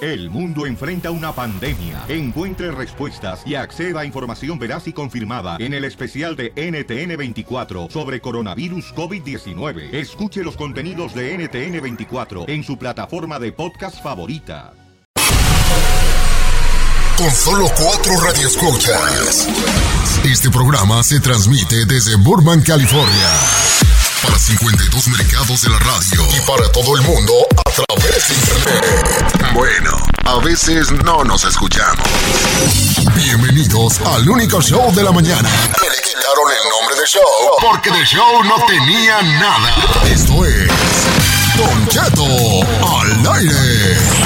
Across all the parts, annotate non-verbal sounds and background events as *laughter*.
El mundo enfrenta una pandemia. Encuentre respuestas y acceda a información veraz y confirmada en el especial de NTN24 sobre coronavirus COVID-19. Escuche los contenidos de NTN24 en su plataforma de podcast favorita. Con solo cuatro radioescuchas. Este programa se transmite desde Burbank, California. Para 52 mercados de la radio y para todo el mundo a través de internet. Bueno, a veces no nos escuchamos. Bienvenidos al único show de la mañana. Me le quitaron el nombre de show porque de show no tenía nada. Esto es Don Cheto al aire.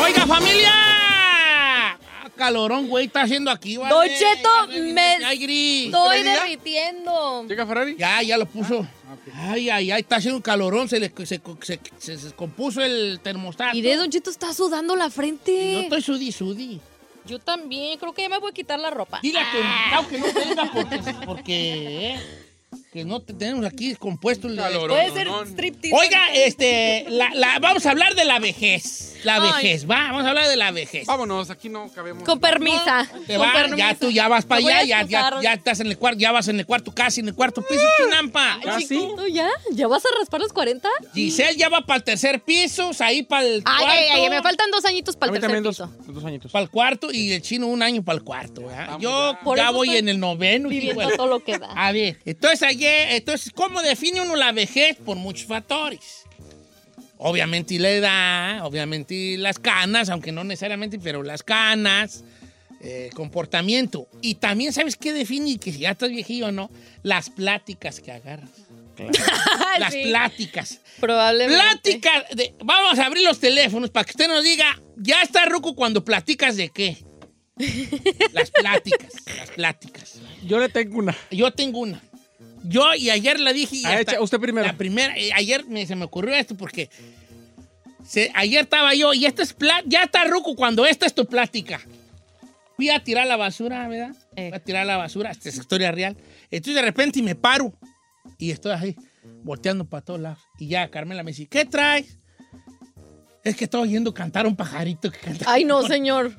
¡Oiga, familia! Ah, Calorón, güey, está haciendo aquí, ¿vale? Don Cheto, me Ay, gris. estoy Ah, derritiendo. ¿Llega Ferrari? Ya, ya lo puso. Ay, ay, ay, está haciendo un calorón, se, le, se, se- se- se descompuso el termostato. Mire, Don Cheto está sudando la Yo frente. estoy sudi, sudi. Yo también, creo que ya me voy a quitar la ropa. Ah. Dile a tu invitado que no venga porque, porque, eh, que no te- tenemos aquí descompuesto el Calorón. Puede ser no, no. striptease. Oiga, este, la, la- vamos a hablar de la vejez. La Ay. vejez, va, vamos a hablar de la vejez. Vámonos, aquí no cabemos. Con permisa. Te con va, permiso. ya tú ya vas para Me voy allá, a ya, ya, escapar. ya estás en el cuarto, ya vas en el cuarto casi, en el cuarto piso, Ah. chinampa. Ay, Chiquito, ¿ya? ¿Ya vas a raspar los 40? Giselle ya va para el tercer piso, ahí para el Ay, cuarto. ay, ay, me faltan dos añitos A para mí el tercer también dos, piso. dos añitos. Para el cuarto y el chino un año para el cuarto. ¿verdad? Vamos, Yo Por ya eso voy estoy en el noveno. hijo Viviendo de- todo lo que *laughs* da. A ver, entonces ayer, entonces, ¿cómo define uno la vejez? Por muchos factores. Obviamente la edad, obviamente las canas, aunque no necesariamente, pero las canas, eh, comportamiento. Y también, ¿sabes qué define? Que si ya estás viejillo o no, las pláticas que agarras. las Sí, pláticas. Probablemente. Pláticas. de- vamos a abrir los teléfonos para que usted nos diga, ya está Ruco cuando platicas de qué. las pláticas, las pláticas. Yo le tengo una. Yo tengo una. Yo, y ayer la dije. y Ah, hasta- echa- usted primero. La primera. eh, ayer me- se me ocurrió esto porque. se- ayer estaba yo y esta es pla- ya está Ruco cuando esta es tu plática. Fui a tirar la basura, ¿verdad? Eh. Fui a tirar la basura, esta es historia real. Entonces de repente me paro y estoy ahí, volteando para todos lados. Y ya Carmela me dice, ¿qué traes? Es que estaba oyendo cantar a un pajarito que canta. Ay, no, señor.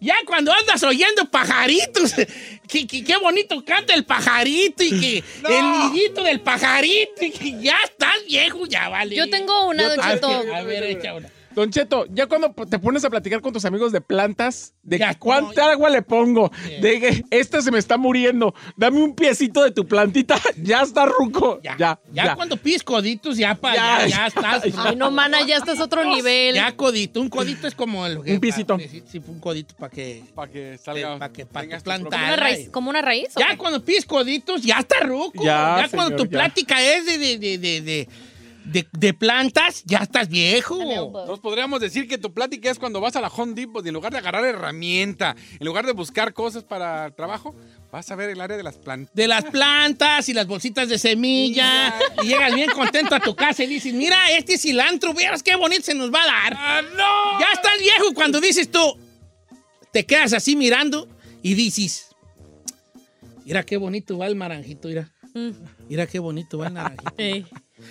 Ya cuando andas oyendo pajaritos, *laughs* que- que- qué, bonito canta el pajarito y *laughs* que el niñito del pajarito y que ya estás viejo, ya vale. Yo tengo una, Don A ver, Cheto. A ver, echa una. Don Cheto, ya cuando te pones a platicar con tus amigos de plantas, de Ya, cuánta no, agua le pongo, de que esta se me está muriendo, dame un piecito de tu plantita, *laughs* ya está ruco. Ya, Ya, ya, cuando pides coditos, ya para Ya, ya, ya. estás. *laughs* Ay, no, mana, ya estás otro nivel. Ya codito, un codito es como el Un pisito. Sí, sí, un codito para que. Para que salga- salga. Pa' que- pa' que tengas tu plantar planta. propio- ¿Una raíz? ¿Como una raíz? o Ya qué? cuando pides coditos, ya está ruco. Ya, Ya, cuando señor, tu ya. plática es de, de, de, de, de, de- de plantas, ya estás Dame viejo. un poco. Nos podríamos decir que tu plática es cuando vas a la Home Depot y en lugar de agarrar herramienta, en lugar de buscar cosas para el trabajo, vas a ver el área de las plantas. de las plantas y las bolsitas de semilla. y llegas bien contento a tu casa y dices, mira, este cilantro, veas qué bonito se nos va a dar. Ah, no! Ya estás viejo y cuando dices tú, te quedas así mirando y dices, mira qué bonito va el naranjito, mira. Mm. Mira qué bonito va el naranjito. Ey.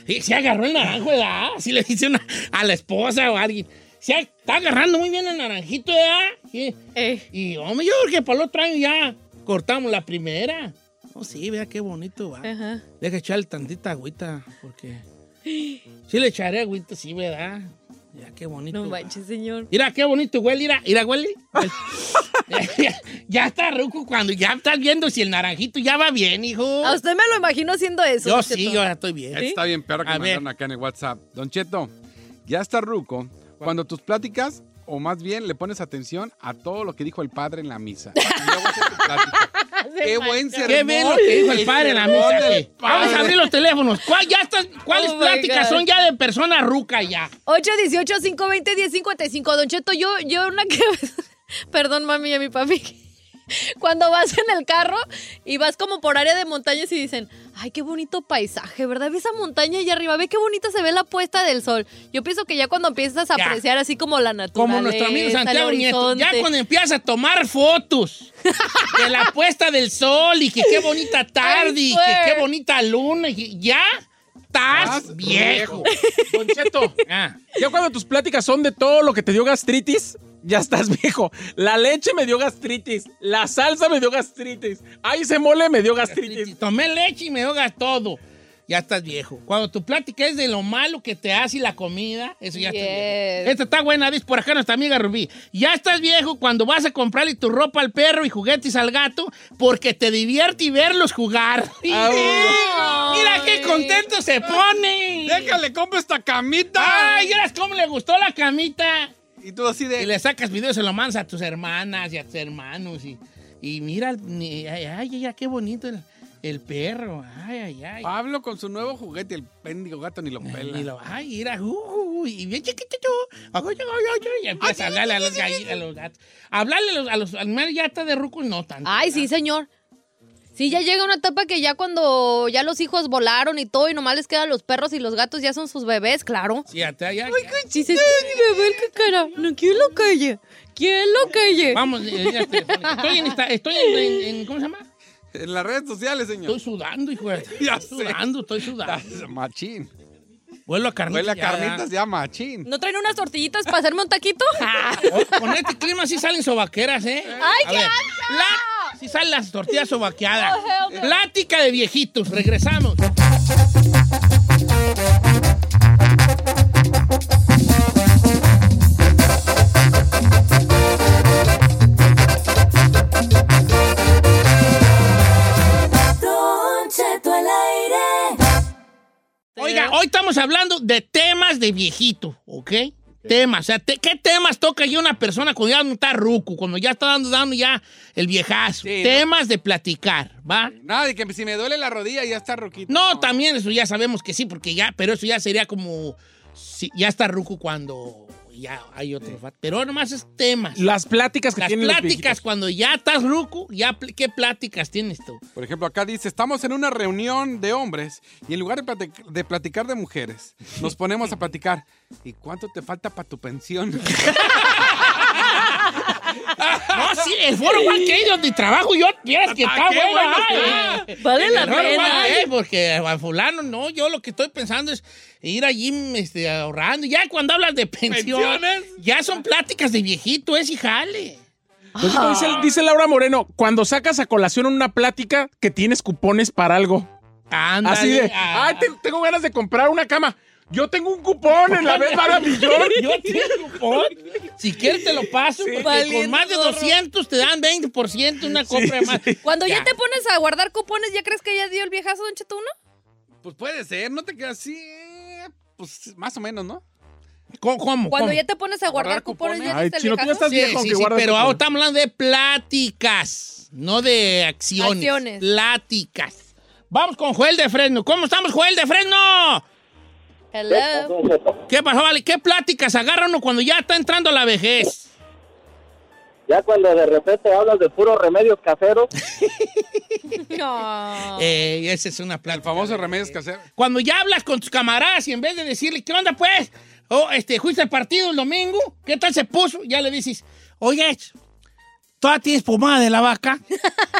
Y se agarró el naranjo, ¿verdad? Si le dice una- a la esposa o a alguien. Se a- está agarrando muy bien el naranjito, ¿verdad? Sí. Ey. Y hombre, yo creo que para el otro año ya cortamos la primera. Oh, sí, vea qué bonito va. Ajá. Deja echarle tantita agüita, porque. Sí, le echaré agüita, sí, ¿verdad? Mira qué bonito. No va. manches, señor. Mira qué bonito huele, mira, mira, huele. ya, ya está ruco cuando ya estás viendo si el naranjito ya va bien, hijo. A Ah, usted me lo imagino haciendo eso. Yo don sí, Cheto. yo ya estoy bien. Este Está bien peor que A me mandaron ver. acá en el WhatsApp. Don Cheto, ya está ruco cuando tus pláticas, o más bien le pones atención a todo lo que dijo el padre en la misa. Y luego haces tu plática. *laughs* ¡Qué buen sermón! ¿Qué ven lo que dijo el padre en la sermón misa? del sí. Vamos padre. a abrir los teléfonos. ¿Cuál- ya estás- ¿Cuáles Oh my pláticas God. son ya de persona ruca ya? 818-520-1055. Don Cheto, yo, yo una que. *laughs* Perdón, mami y a mi papi. Cuando vas en el carro y vas como por área de montañas y dicen, ay, qué bonito paisaje, ¿verdad? Ve esa montaña allá arriba, ve qué bonita se ve la puesta del sol. Yo pienso que ya cuando empiezas a Ya. apreciar así como la naturaleza, Como nuestro amigo Santiago el Nieto. Ya horizonte. cuando empiezas a tomar fotos de la puesta del sol y que qué bonita tarde y que swear. qué bonita luna y que- ya estás Estás viejo. viejo. Don Cheto, Ah, ya cuando tus pláticas son de todo lo que te dio gastritis, ya estás *laughs* viejo. La leche me dio gastritis, la salsa me dio gastritis, ahí se mole me dio gastritis. tomé leche y me ahoga todo. Ya estás viejo. Cuando tu plática es de lo malo que te hace y la comida, eso ya está Yes. viejo. Esta está buena, dice por acá nuestra amiga Rubí. Ya estás viejo cuando vas a comprarle tu ropa al perro y juguetes al gato porque te divierte y verlos jugar. Mira qué contento se pone. ¡Déjale, compra esta camita! ¡Ay, eras cómo le gustó la camita! Y tú así Y de... le sacas videos y lo mandas a tus hermanas y a tus hermanos. Y, y mira, ni- ay, ay, ya qué bonito el, el perro. Ay, ay, ay. Pablo con su nuevo juguete, el péndigo gato ni lo Ah, pela. Y lo, ay, mira, uh, uh, uh, y bien chiquitito. Ay, ay, ay, ay, Ah, Y empieza a hablarle a los gallinas, a los gatos. Hablarle a los, a los animales ya está de rucos, no tanto. Ay, sí, señor. Sí, ya llega una etapa que ya cuando ya los hijos volaron y todo y nomás les quedan los perros y los gatos, ya son sus bebés, claro. Sí, ya está, ya- ya. Dices, "Ay, bebé, qué cara. No, ¿quién lo calle? ¿Quién lo calle? Vamos, eh, ya está. estoy, en, esta- estoy en- en- en- ¿cómo se llama? En las redes sociales, señor. Estoy sudando, hijo de... Ya Estoy sé. sudando, estoy sudando. Machín. Vuelo a carnitas. Huele a ya. carnitas ya, machín. ¿No traen unas tortillitas para hacerme *laughs* un taquito? Oh, con este clima sí salen sobaqueras, ¿eh? ¡Ay, A qué ver, asco! la- Sí salen las tortillas sobaqueadas. Oh, hell no. Plática de viejitos, regresamos. Oiga, hoy estamos hablando de temas de viejito, ¿ok? Temas, o sea, te- ¿qué temas toca ya una persona cuando ya no está ruco, cuando ya está dando, dando ya el viejazo? Sí, ¿no? temas de platicar, ¿va? Nada, de que si me duele la rodilla ya está roquito. No, también eso ya sabemos que sí, porque ya, pero eso ya sería como, sí, ya está ruco cuando ya hay otro, ¿va? pero nomás es temas. Las pláticas que Las tienen los pláticas cuando ya estás ruco, ya pl- ¿qué pláticas tienes *laughs* tú? Por ejemplo, acá dice, estamos en una reunión de hombres y en lugar de, platic- de platicar de mujeres, nos ponemos a platicar. ¿Y cuánto te falta para tu pensión? No, sí, el foro igual que ellos de trabajo, yo pienso que está Ah, qué bueno. bueno ay, Pues Vale el la error pena. va, eh, porque a fulano, no, yo lo que estoy pensando es ir allí este, ahorrando. Ya cuando hablas de pensión, ¿Pensiones? ya son pláticas de viejito, es y jale. viejitos. Don Cheto, dice, dice Laura Moreno, cuando sacas a colación una plática que tienes cupones para algo. Ándale, Así de, ah, ay, te- tengo ganas de comprar una cama. Yo tengo un cupón en la vez *laughs* para millón. *laughs* Yo tengo cupón. Si quieres te lo paso, porque Valiente con más de gorro. 200 te dan 20% una compra de más. Cuando ya. Ya. te pones a guardar cupones, ¿ya crees que ya dio el viejazo, Don Cheto, uno? pues puede ser, no te quedas así. eh, Pues más o menos, ¿no? ¿Cómo? cómo Cuando cómo? ya te pones a Guardar guardar cupones, cupones. ya Ay, diste el chino, tú ya viejazo. estás viejo sí, que sí, guarda este pero cupones. ahora estamos hablando de pláticas, no de acciones. Acciones. Pláticas. Vamos con Joel de Fresno. ¿Cómo estamos, Joel de Fresno? *laughs* Hello. ¿Qué pasó, Vale? ¿Qué pláticas agarra uno cuando ya está entrando la vejez? *laughs* Ya cuando de repente hablas de puros remedios caseros, No. Eh, esa es una plática. *laughs* El famoso remedios que hacer. Cuando ya hablas con tus camaradas y en vez de decirle, ¿qué onda, pues? Oh, este, ¿fuiste al partido el domingo? ¿Qué tal se puso? Ya le dices, oye, ¿todavía tienes pomada de la *laughs* vaca?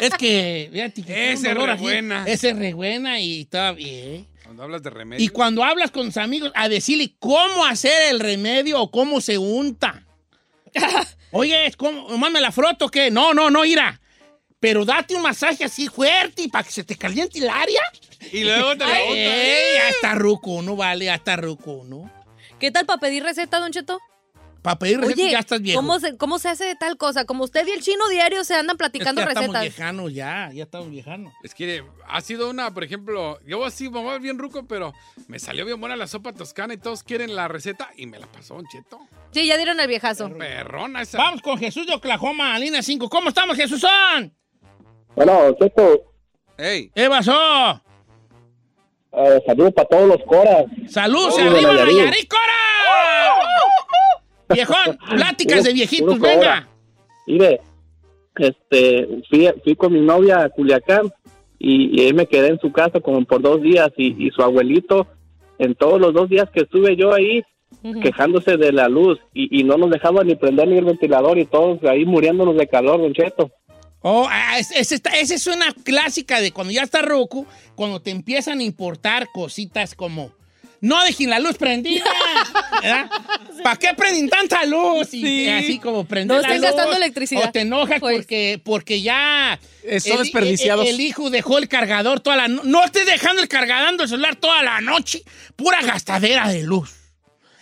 es que, fíjate que tengo Esa un es dolor re aquí. buena. Esa es re buena y ¿eh? está bien. Cuando hablas de remedios. Y cuando hablas con tus amigos, a decirle cómo hacer el remedio o cómo se *laughs* unta. Oye, es como, ¿nomás me la froto o qué? No, no, no, ira. Pero date un masaje así fuerte y para que se te caliente el área. Y luego te la ¿eh? botas. Ey, hasta ruco, no vale, hasta ruco, ¿no? ¿Qué tal para pedir receta, Don Cheto? Para pedir receta Oye, ya estás viejo. ¿cómo, se, ¿cómo se hace de tal cosa? Como usted y el chino diario se Es andan que platicando ya estamos recetas. viejanos ya, ya estamos viejanos. Es que ha sido una, por ejemplo, yo así, mamá, bien ruco, pero me salió bien buena la sopa toscana y todos quieren la receta y me la pasó un cheto. Sí, ya dieron el viejazo. Perrona esa. Vamos con Jesús de Oklahoma, línea 5. ¿Cómo estamos, Jesúsón? Bueno, Cheto, ¡Ey! ¿Qué pasó? eh, saludos para todos los coras. ¡Salud, se Oh, arriba Nayarit. Nayarit, Cora! Viejón, pláticas de Puro- viejitos, puro venga. Mire, este, fui, fui con mi novia a Culiacán y, y ahí me quedé en su casa como por dos días y, y su abuelito, en todos los dos días que estuve yo ahí, quejándose de la luz y, y no nos dejaban ni prender ni el ventilador y todos ahí muriéndonos de calor, don Cheto. Oh, ah, es- es esta- esa es una clásica de cuando ya está roco, cuando te empiezan a importar cositas como no dejen la luz prendida. *laughs* ¿Para qué prenden tanta luz? Y Sí. así como prender No la estén luz. gastando electricidad. O te enojas Pues. porque, porque ya Eh, son el- desperdiciados. El, el hijo dejó el cargador toda la noche. No estés dejando el cargador del celular toda la noche. Pura gastadera de luz.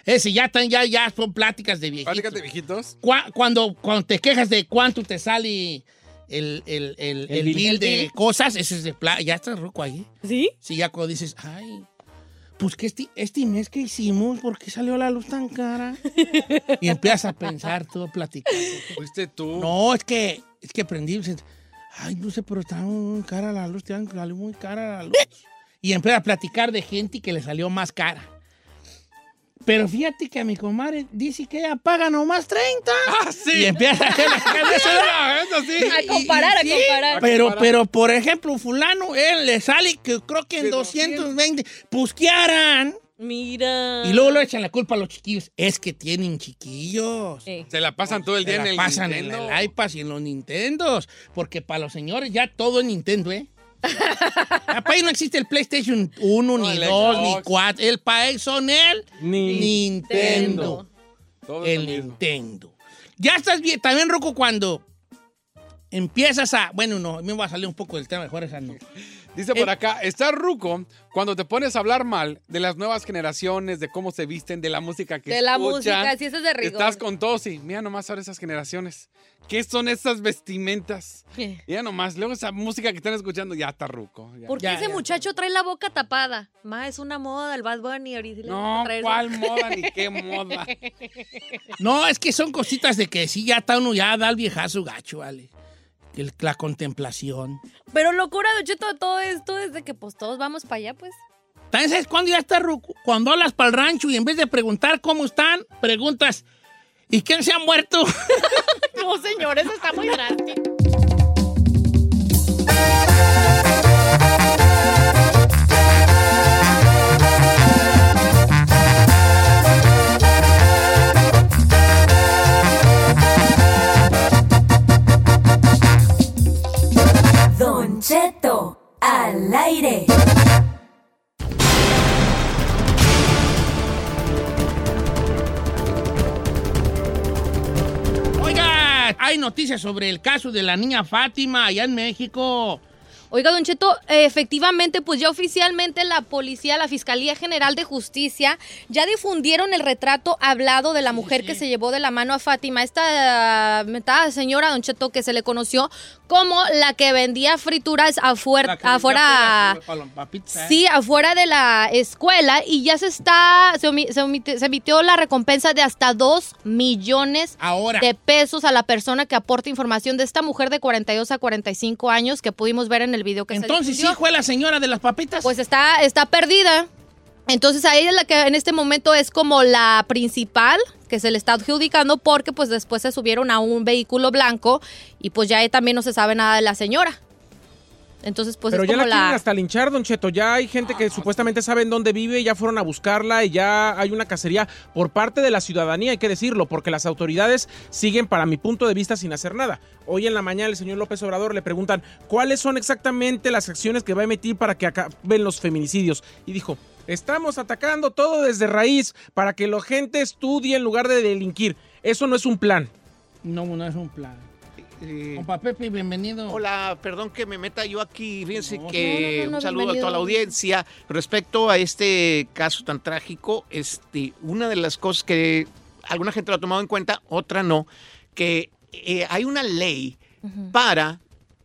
Ese ya, están- ya, ya son pláticas de viejitos. Platícate, viejitos. Cua- cuando, cuando te quejas de cuánto te sale el, el, el, el bill de cosas, eso es de pla- Ya estás ruco ahí. ¿Sí? Si ya cuando dices, ay, pues que este, este mes que hicimos, ¿por qué salió la luz tan *laughs* cara? y empiezas a pensar, todo platicar. Fuiste tú. No, es que, es que prendí. pues, Ay, no sé, pero está muy cara la luz, te salió muy cara *laughs* la luz. Y empecé a platicar de gente que le salió más cara. Pero fíjate que a mi comadre dice que ella paga nomás *laughs* 30. ¡Ah, sí! Y empieza a hacer la cabeza. Ah, eso sí. A comparar, a comparar. Pero, pero, por ejemplo, fulano, él le sale que creo que en De 220. Pues, ¿qué harán? Mira. Y luego le echan la culpa a los chiquillos. Es que tienen chiquillos. Eh, Se la pasan todo el Se día la en el pasan Nintendo. en el iPad y en los Nintendos. Porque para los señores ya todo es Nintendo, ¿eh? Ya para ahí no existe el PlayStation 1, No, ni el 2, ni Xbox. 4. El país son el Ni- Nintendo. Todo es El lo mismo. Nintendo. Ya estás bien, también Roco, cuando empiezas a. Bueno, no, a mí me va a salir un poco del tema, mejor esa no. Dice Eh. por acá, está ruco cuando te pones a hablar mal de las nuevas generaciones, de cómo se visten, de la música que De la escuchan. música, sí, eso es de rigor. Estás con todos y mira nomás ahora esas generaciones. ¿Qué son esas vestimentas? ¿Qué? Mira nomás, luego esa música que están escuchando ya está ruco. ya. *laughs* ¿Por qué Ya, ese ya. muchacho trae la boca tapada? Ma, es una moda, el Bad Bunny ahorita. le vamos No, a traer- ¿cuál moda *laughs* ni qué moda? No, es que son cositas de que sí, ya está uno, ya da el viejazo gacho, vale. El- la contemplación. Pero locura, Don Cheto, de todo esto es de que pues todos vamos para allá, pues. ¿También sabes cuándo ya está ruco? Cuando hablas para el rancho y en vez de preguntar cómo están, preguntas, ¿y quién se ha muerto? *laughs* No, señor, eso está muy grande. Don Cheto, al aire. Oiga, hay noticias sobre el caso de la niña Fátima allá en México. Oiga, Don Cheto, eh, efectivamente, pues ya oficialmente la policía, la Fiscalía General de Justicia, ya difundieron el retrato hablado de la mujer que se llevó de la mano a Fátima, esta, eh, esta señora, Don Cheto, que se le conoció como la que vendía frituras afuera, La que afuera vendía para- para pizza, ¿eh? Sí, afuera de la escuela y ya se está, se, omi- se omite- se emitió la recompensa de hasta 2 millones Ahora. de pesos a la persona que aporte información de esta mujer de 42 a 45 años que pudimos ver en el video que se Entonces, ¿sí difundió. fue la señora de las papitas? Pues está, está perdida. Entonces a ella es la que en este momento es como la principal que se le está adjudicando porque pues después se subieron a un vehículo blanco y pues ya también no se sabe nada de la señora. Entonces pues Pero es ya la como quieren la... hasta linchar, Don Cheto. Ya hay gente que supuestamente saben dónde vive y ya fueron a buscarla y ya hay una cacería por parte de la ciudadanía, hay que decirlo, porque las autoridades siguen, para mi punto de vista, sin hacer nada. Hoy en la mañana el señor López Obrador le preguntan cuáles son exactamente las acciones que va a emitir para que acaben los feminicidios. Y dijo, estamos atacando todo desde raíz para que la gente estudie en lugar de delinquir. Eso no es un plan. No, no es un plan. eh, Compa Pepe, bienvenido. Hola, perdón que me meta yo aquí. Fíjense No, que no, no, no, un saludo a bienvenido. toda la audiencia. Respecto a este caso tan trágico, este, una de las cosas que alguna gente lo ha tomado en cuenta, otra no, que eh, hay una ley para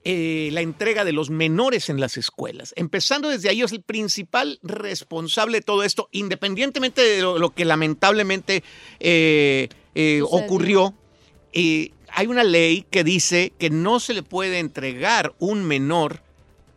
eh, la entrega de los menores en las escuelas. Empezando desde ahí, es el principal responsable de todo esto, independientemente de lo, lo que lamentablemente eh, eh, Sucedió. ocurrió. eh, hay una ley que dice que no se le puede entregar un menor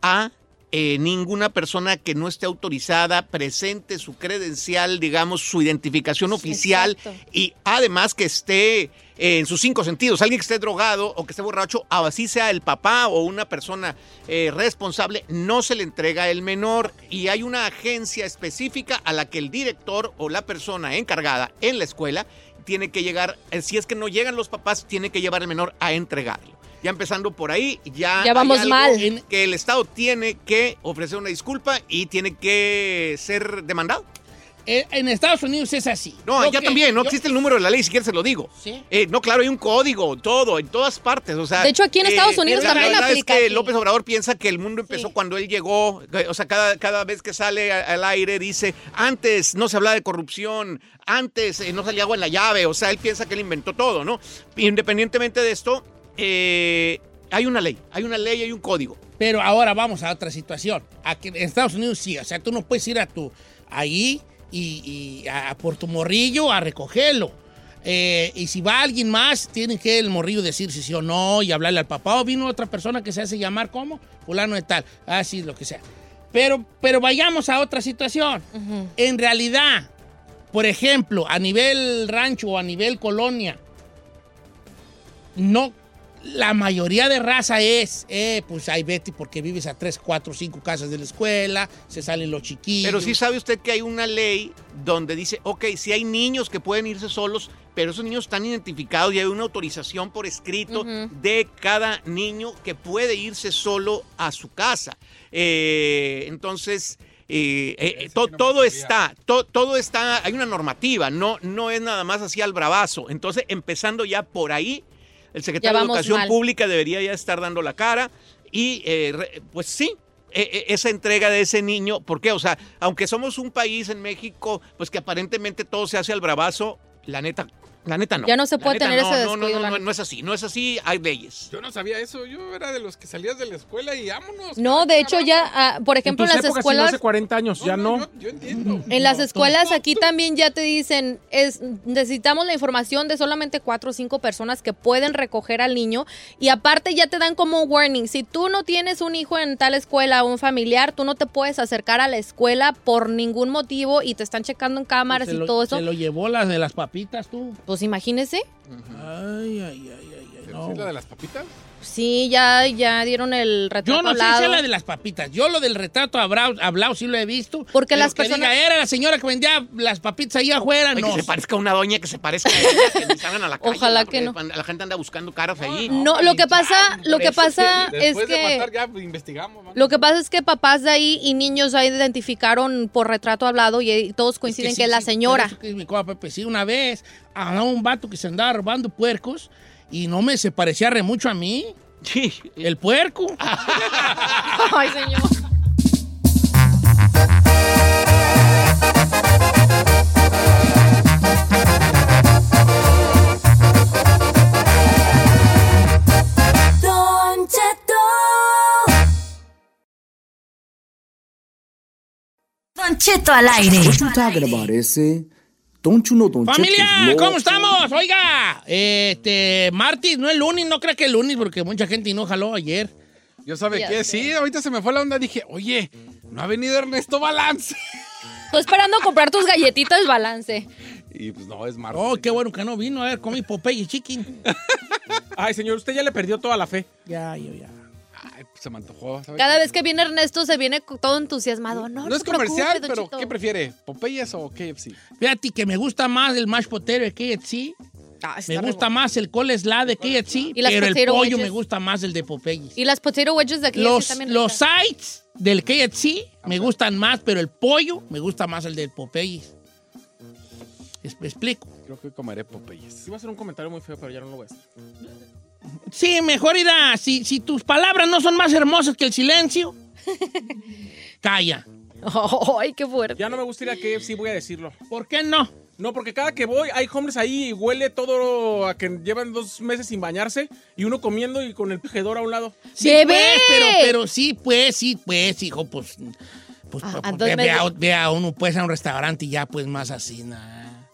a eh, ninguna persona que no esté autorizada, presente su credencial, digamos, su identificación oficial Exacto. y además que esté eh, en sus cinco sentidos, alguien que esté drogado o que esté borracho, así sea el papá o una persona eh, responsable, no se le entrega el menor y hay una agencia específica a la que el director o la persona encargada en la escuela tiene que llegar, eh, si es que no llegan los papás, tiene que llevar al menor a entregarlo. Ya empezando por ahí, ya... Ya Ah, hay vamos algo mal. en Que el Estado tiene que ofrecer una disculpa y tiene que ser demandado. Eh, en Estados Unidos es así. No, Yo ya que- también, no yo- existe el número de la ley, si quieres se lo digo. Sí. Eh, no, claro, hay un código, todo, en todas partes. O sea, eh, De hecho, aquí en Estados Unidos la también verdad aplica Es que aquí. López Obrador piensa que el mundo empezó Sí. cuando él llegó. O sea, cada, cada vez que sale a- al aire dice, antes no se hablaba de corrupción, antes eh, no salía agua en la llave. O sea, él piensa que él inventó todo, ¿no? Independientemente de esto, eh, hay una ley, hay una ley, hay un código. Pero ahora vamos a otra situación. Aquí en Estados Unidos sí, o sea, tú no puedes ir a tu ahí y, y a- por tu morrillo a recogerlo. Eh, y si va alguien más, tienen que el morrillo decir si sí o no y hablarle al papá. O vino otra persona que se hace llamar como fulano de tal. Así, lo que sea. Pero, pero vayamos a otra situación. En realidad, por ejemplo, a nivel rancho o a nivel colonia, no, la mayoría de raza es, eh, pues hay Betty porque vives a 3, 4, 5 casas de la escuela, se salen los chiquillos. Pero sí sabe usted que hay una ley donde dice, ok, si hay niños que pueden irse solos, pero esos niños están identificados y hay una autorización por escrito de cada niño que puede irse solo a su casa. Eh, entonces, eh, eh, Ese to- sí no me todo sabía. está, to- todo está, hay una normativa, no, no es nada más así al bravazo. Entonces, empezando ya por ahí, el secretario de vamos Educación mal. Pública debería ya estar dando la cara y, eh, re- pues sí, e- e- esa entrega de ese niño, ¿por qué? O sea, aunque somos un país en México, pues que aparentemente todo se hace al bravazo, la neta, la neta no. Ya no se La puede neta tener no, ese no, no, descuido, la no, no, neta. no es así, no es así, hay leyes. Yo no sabía eso. Yo era de los que salías de la escuela y vámonos. No, de hecho ya, ah, por ejemplo, en tus las épocas, sí, no escuelas... hace 40 años, ya no. Yo, yo entiendo. En las escuelas aquí también ya te dicen, es, necesitamos la información de solamente cuatro o cinco personas que pueden recoger al niño y aparte ya te dan como un warning, si tú no tienes un hijo en tal escuela o un familiar, tú no te puedes acercar a la escuela por ningún motivo y te están checando en cámaras Se y lo- todo Se eso. lo llevó las de las papitas tú. Pues imagínese, Ay, ay, ay, ay, ay. ¿Pero no. sí la de las papitas? sí, ya, ya dieron el Yo retrato no sé hablado. si es la de las papitas. Yo lo del retrato hablado, hablado sí lo he visto. Porque Pero las que personas- diga, era la señora que vendía las papitas ahí afuera. Ay, no. Que se parezca a una doña, que se parezca a ella, que ni salgan a la calle. Ojalá porque que no. La gente anda buscando caras ahí. No, lo que pasa, lo que pasa es Después de que... matar ya investigamos. vamos. Lo que pasa es que papás de ahí y niños ya identificaron por retrato hablado y eh, todos coinciden que, sí, es la sí, señora. pero eso que mi compa Pepe, sí, una vez andaba un vato que se andaba robando puercos y no me se parecía re mucho a mí. Sí. El puerco. *laughs* Ay, señor. Don Cheto. Don Cheto al aire. ¡Familia! ¿Cómo estamos? Oiga, este, martes, no el lunes, no creo que el lunes, porque mucha gente no jaló ayer. Yo sabe Ya qué, sé. sí, ahorita se me fue la onda. Dije, oye, no ha venido Ernesto Balance. *laughs* Estoy esperando a comprar tus galletitas balance. Y pues no, es martes. Oh, qué bueno que no vino. A ver, comí Popeye Chicken. Ay, señor, usted ya le perdió toda la fe. Ya, yo ya. Ay, pues se me antojó. ¿sabe Cada qué? vez que viene Ernesto se viene co- todo entusiasmado. No, No, no, es se comercial, preocupe, don pero Chito. ¿qué prefiere? ¿Popeyes o KFC? Fíjate que me gusta más el mash potato de KFC. Ah, está Me re gusta más el col slad de KFC. Y las Pero el potato pollo wedges. me gusta más el de Popeye. bueno. Y las potato wedges de aquí Los, también Ah, los ricas. *laughs* sides del KFC me gustan más, pero el pollo me gusta más el del Popeyes. Es- Me explico. Creo que hoy comeré Popeyes. Iba a hacer un comentario muy feo, pero ya no lo voy a hacer. Sí, mejor ir a. Si, si tus palabras no son más hermosas que el *laughs* silencio, calla. Ay, qué fuerte. Ya no me gusta ir a KFC, voy a decirlo. ¿Por qué no? No, porque cada que voy hay hombres ahí y huele todo a que llevan dos meses sin bañarse y uno comiendo y con el tejedor a un lado. Sí, ¡Bebé! pues, pero, pero sí, pues, sí, pues, hijo, pues. Pues, Ah, pues, entonces ve, ve a, me- ve a uno, pues, a un restaurante y ya, pues, más así, nada.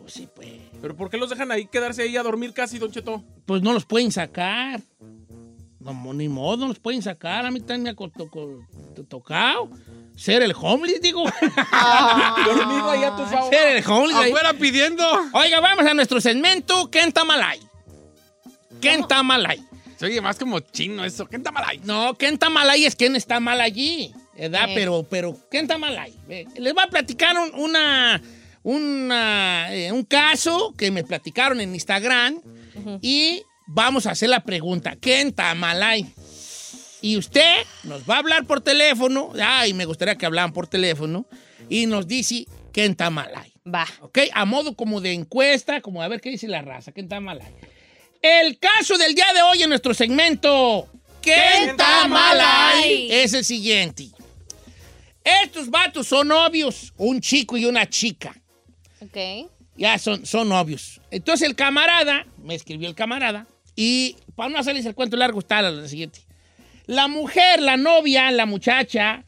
Pues sí, pues. ¿Pero por qué los dejan ahí quedarse ahí a dormir casi, Don Cheto? Pues no los pueden sacar. No, mo- ni modo, no los pueden sacar. A mí también me ha co- to- co- to- tocado. Ser el homeless, *laughs* digo. Dormir ahí a tu favor. Ser el homeless. ahí. Afuera pidiendo. Oiga, vamos a nuestro segmento. ¿Quién está mal ahí? ¿Quién está mal ahí? Se oye más como chino eso. ¿Qué tamalay? No, ¿quién está mal ahí? Es quien está mal allí. ¿Verdad? Eh. Pero, pero, ¿quién está mal ahí? Ve, Eh, Les voy a platicar un, una- una, eh, un caso que me platicaron en Instagram y vamos a hacer la pregunta. ¿Quién está mal ahí? Y usted nos va a hablar por teléfono. Ay, me gustaría que hablaran por teléfono. Y nos dice ¿quién está mal ahí? Va. ¿ok? A modo como de encuesta, como a ver qué dice la raza, qué está mal ahí. El caso del día de hoy en nuestro segmento, ¿qué está mal ahí? Es el siguiente. Estos vatos son novios, un chico y una chica. Ok. Ya son, son novios. Entonces el camarada, me escribió el camarada, y para no hacerles el cuento largo, está la, la siguiente. La mujer, la novia, la muchacha,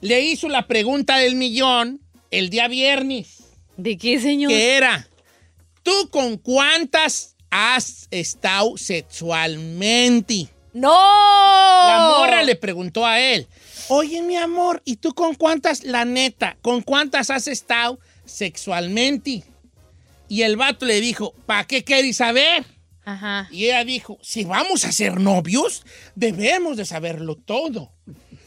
le hizo la pregunta del millón el día viernes ¿De qué, señor? que era, ¿tú con cuántas has estado sexualmente? ¡No! La Oh. morra le preguntó a él, oye mi amor, ¿y tú con cuántas, la neta, con cuántas has estado sexualmente? Y el vato le dijo, ¿para qué quieres saber? Ajá. Y ella dijo, si vamos a ser novios, debemos de saberlo todo.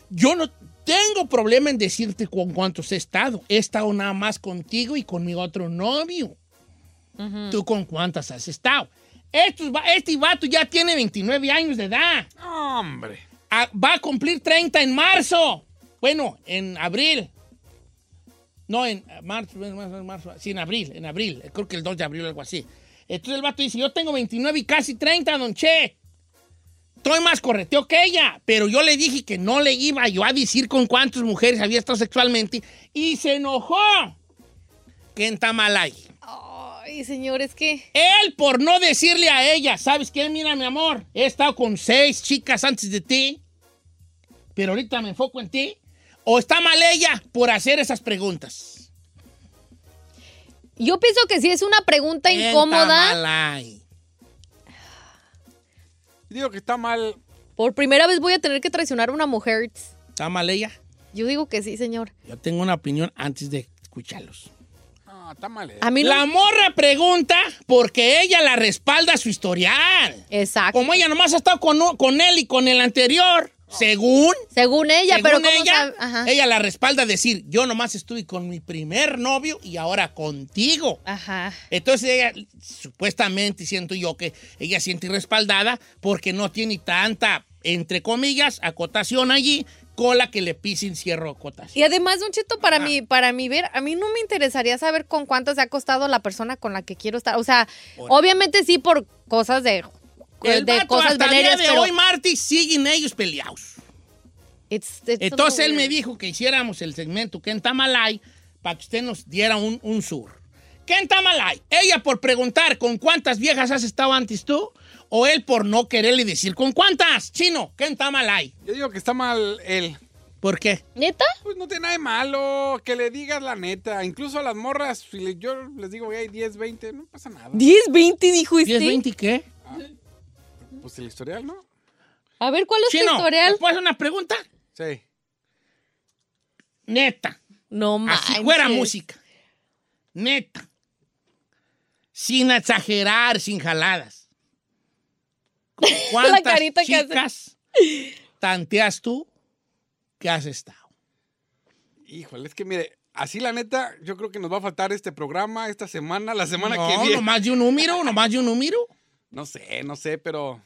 Yo no tengo problema en decirte con cuántos he estado. He estado nada más contigo y con mi otro novio. ¿Tú con cuántas has estado? Estos va- este vato ya tiene 29 años de edad. Hombre. Ah, va a cumplir 30 en marzo. Bueno, en abril. No, en marzo, en marzo, en marzo. Sí, en abril, en abril. Creo que el 2 de abril o algo así. Entonces el vato dice, yo tengo 29 y casi 30, don Che. Estoy más correteo que ella, pero yo le dije que no le iba yo a decir con cuántas mujeres había estado sexualmente y se enojó. ¿Quién está mal ahí? Ay, señor, es que. Él por no decirle a ella, ¿sabes qué? Mira, mi amor, he estado con seis chicas antes de ti, pero ahorita me enfoco en ti. ¿O está mal ella por hacer esas preguntas? Yo pienso que sí es una pregunta Bien, incómoda. Tamalay. Digo que está mal. Por primera vez voy a tener que traicionar a una mujer. ¿Está mal ella? Yo digo que sí, señor. Yo tengo una opinión antes de escucharlos. No, está mal. eh. A mí no. La morra pregunta porque ella la respalda su historial. Exacto. Como ella nomás ha estado con, u- con él y con el anterior, según Según ella, pero Según ¿cómo ella, sabe? Ajá. ella la respalda decir, yo nomás estuve con mi primer novio y ahora contigo. Ajá. Entonces ella, supuestamente siento yo que ella siente respaldada porque no tiene tanta, entre comillas, acotación allí, cola que le pisen cierro acotación. Y además, Don Cheto, para mí, para mí ver, a mí no me interesaría saber con cuánto se ha costado la persona con la que quiero estar. O sea, obviamente sí por cosas de, El de vato cosas hasta el día venéreas, de pero hoy, Marty, siguen ellos peleados. it's- it's Entonces él weird. me dijo que hiciéramos el segmento Kentamalay para que usted nos diera un, un sur. Kentamalay, ella por preguntar con cuántas viejas has estado antes tú, o él por no quererle decir con cuántas. Chino, Kentamalay. Yo digo que está mal él. ¿Por qué? ¿Neta? Pues no tiene nada de malo que le digas la neta. Incluso a las morras, si le- yo les digo que hay 10, 20, no pasa nada. 10, 20 dijo ¿10, este. 20 y qué? Pues el historial, ¿no? A ver, ¿cuál es tu Chino, ¿te historial? puedo hacer una pregunta? Sí. Neta, No manches. así fuera música. Neta. Sin exagerar, sin *laughs* jaladas. ¿Con ¿Cuántas carita que hace. chicas tanteas tú que has estado? Híjole, es que mire, así la neta, yo creo que nos va a faltar este programa esta semana, la semana que No, viene. nomás de un número, nomás de un número. *laughs* No sé, no sé, pero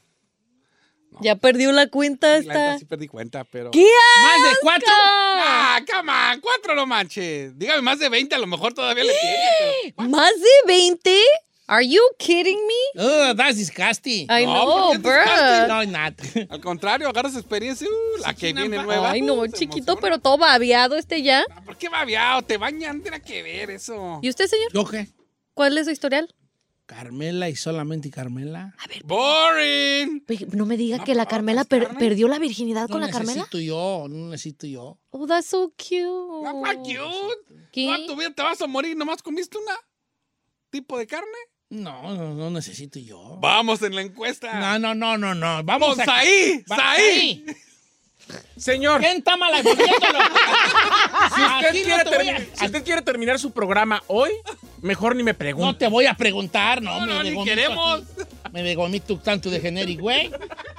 Ya perdió la cuenta la neta hasta. sí perdí cuenta, pero. ¿Qué? ¿Más de cuatro? ¡Ah, cama! ¡Cuatro no manches! Dígame, más de 20 a lo mejor todavía le tiene. pero- ¿Más de 20? Are you kidding me? Ugh, that's disgusting. I ¿por know, qué es disgusting? bruh. No, it's not. Al contrario, agarras experiencia, uh, la que viene nueva. Ay, no, Uh, se chiquito, emociona. pero todo babeado este ya. ¿Por qué babiao? Te bañan, tiene que ver eso. ¿Y usted, señor? *laughs* ¿Yo qué? ¿Cuál es su historial? Carmela y solamente Carmela. ¡Boring! Oye, No me diga que la Carmela per- perdió la virginidad con no la Carmela. necesito yo, no necesito yo. Oh, that's so cute. ¡Not cute! ¿Qué? Toda tu vida te vas a morir, nomás comiste una tipo de carne. No, no, no necesito yo. Vamos en la encuesta. No, Ah. no, no, no, no. Vamos ¡Vamos a... ahí! Va- ¡Ahí! Señor, ¿Quién está mal escribiéndolo? si usted, Aquí quiere no te, voy termi- si a, usted quiere terminar su programa hoy, mejor ni me no pregunte. te voy a preguntar, no, No, me no, ni degomito queremos. aquí. Me degomito tanto de generic, güey.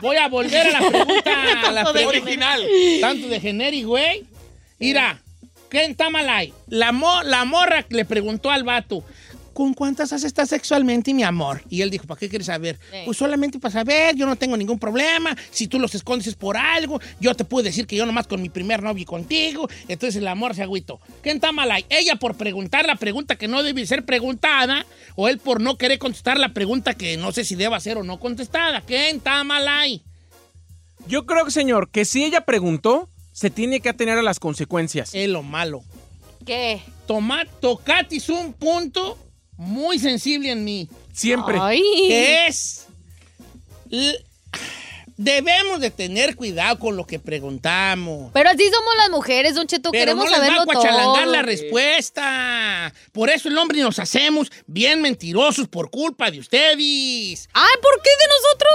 Voy a volver a la pregunta. a la La pregunta. original. Tanto de generic, güey. Mira, ¿quién está mal ahí? La, mo- la morra le preguntó al vato. ¿Con cuántas has estado sexualmente, mi amor? Y él dijo, ¿para qué quieres saber? Sí. Pues solamente para saber, yo no tengo ningún problema. Si tú los escondes es por algo, yo te puedo decir que yo nomás con mi primer novio y contigo. Entonces el amor se agüito. ¿Quién está mal ahí? ¿Ella por preguntar la pregunta que no debe ser preguntada? ¿O él por no querer contestar la pregunta que no sé si deba ser o no contestada? ¿Quién está mal ahí? Yo creo, señor, que si ella preguntó, se tiene que atener a las consecuencias. Es lo malo. ¿Qué? Tomar, tocatis un punto muy sensible en mí, Siempre. Ay. que es, l- debemos de tener cuidado con lo que preguntamos. Pero así somos las mujeres, Don Cheto. Pero queremos no les va saberlo a todo. cuachalangar la respuesta. Por eso el hombre nos hacemos bien mentirosos por culpa de ustedes. Ay, ¿por qué de nosotros?